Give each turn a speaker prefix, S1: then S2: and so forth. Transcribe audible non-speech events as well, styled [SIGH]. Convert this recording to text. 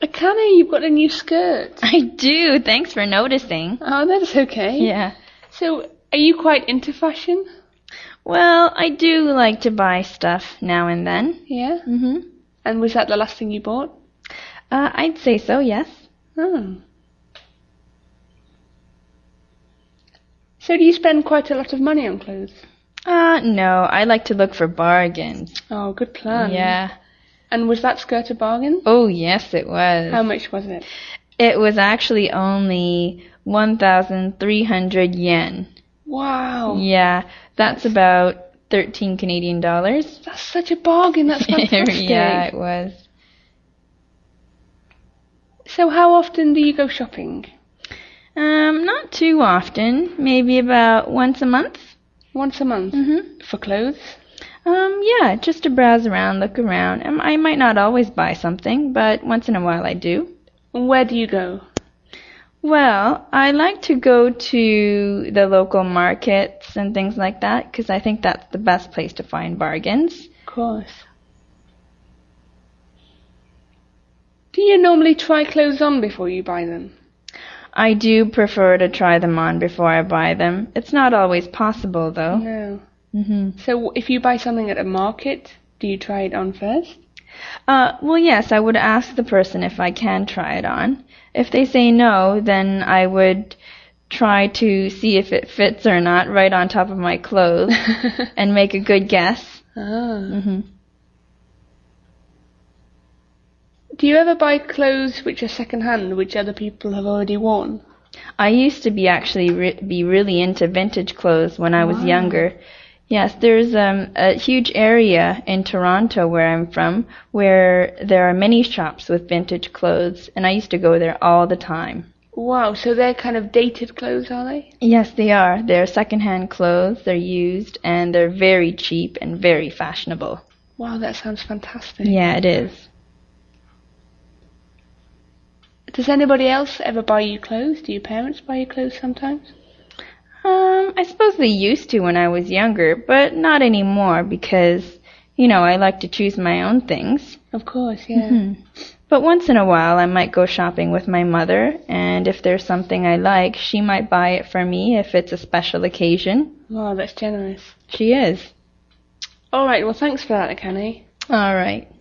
S1: Akane, you've got a new skirt.
S2: [LAUGHS] I do. Thanks for noticing.
S1: Oh, that's okay.
S2: Yeah.
S1: So, are you quite into fashion?
S2: Well, I do like to buy stuff now and then.
S1: Yeah.
S2: hmm
S1: And was that the last thing you bought?
S2: Uh, I'd say so, yes.
S1: Oh. So, do you spend quite a lot of money on clothes?
S2: Uh, no, I like to look for bargains.
S1: Oh, good
S2: Um,
S1: plan.
S2: yeah.
S1: And was that skirt a bargain?
S2: Oh, yes, it was.
S1: How much was it?
S2: it was actually only 1,300 yen. Oh.
S1: Wow.
S2: Yeah, that's about 13 Canadian [LAUGHS] dollars.
S1: That's such a bargain. That's fantastic.
S2: [LAUGHS] yeah, it was.
S1: So, how often do you go shopping?
S2: Um, not too often, maybe about once a month.
S1: Once a month
S2: Mm-hmm.
S1: for clothes?
S2: Um, yeah, just to browse around, look around. Um, I might not always buy something, but once in a while I do.
S1: And where do you go?
S2: Well, I like to go to the local markets and things like that because I think that's the best place to find bargains.
S1: Of course. Do you normally try clothes on before you buy them?
S2: I do prefer to try them on before I buy them. It's not always possible though.
S1: No.
S2: hmm
S1: So if you buy something at a market, do you try it on first?
S2: Uh, well, yes, I would ask the person if I can try it on. If they say no, then I would try to see if it fits or not right on top of my clothes and make a good guess.
S1: ah.
S2: hmm
S1: Do you ever buy clothes which are secondhand, which other people have already worn?
S2: I used to be actually re- be really into vintage clothes when I was
S1: Wow.
S2: younger. Yes, there's um, a huge area in Toronto where I'm from where there are many shops with vintage clothes, and I used to go there all the time.
S1: Wow, so they're kind of dated clothes, are they?
S2: Yes, they are. They're secondhand clothes, they're used, and they're very cheap and very fashionable.
S1: Wow, that sounds fantastic.
S2: Yeah, it is.
S1: Does anybody else ever buy you clothes? Do your parents buy you clothes sometimes?
S2: Um, I suppose they used to when I was younger, but not anymore because, you know, I like to choose my own things.
S1: Of course, yeah.
S2: Mhm. But once in a while, I might go shopping with my mother, and if there's something I like, she might buy it for me if it's a special occasion.
S1: Mm-hmm. Wow, that's generous.
S2: She is.
S1: All right, well, thanks for that, Akane.
S2: All right.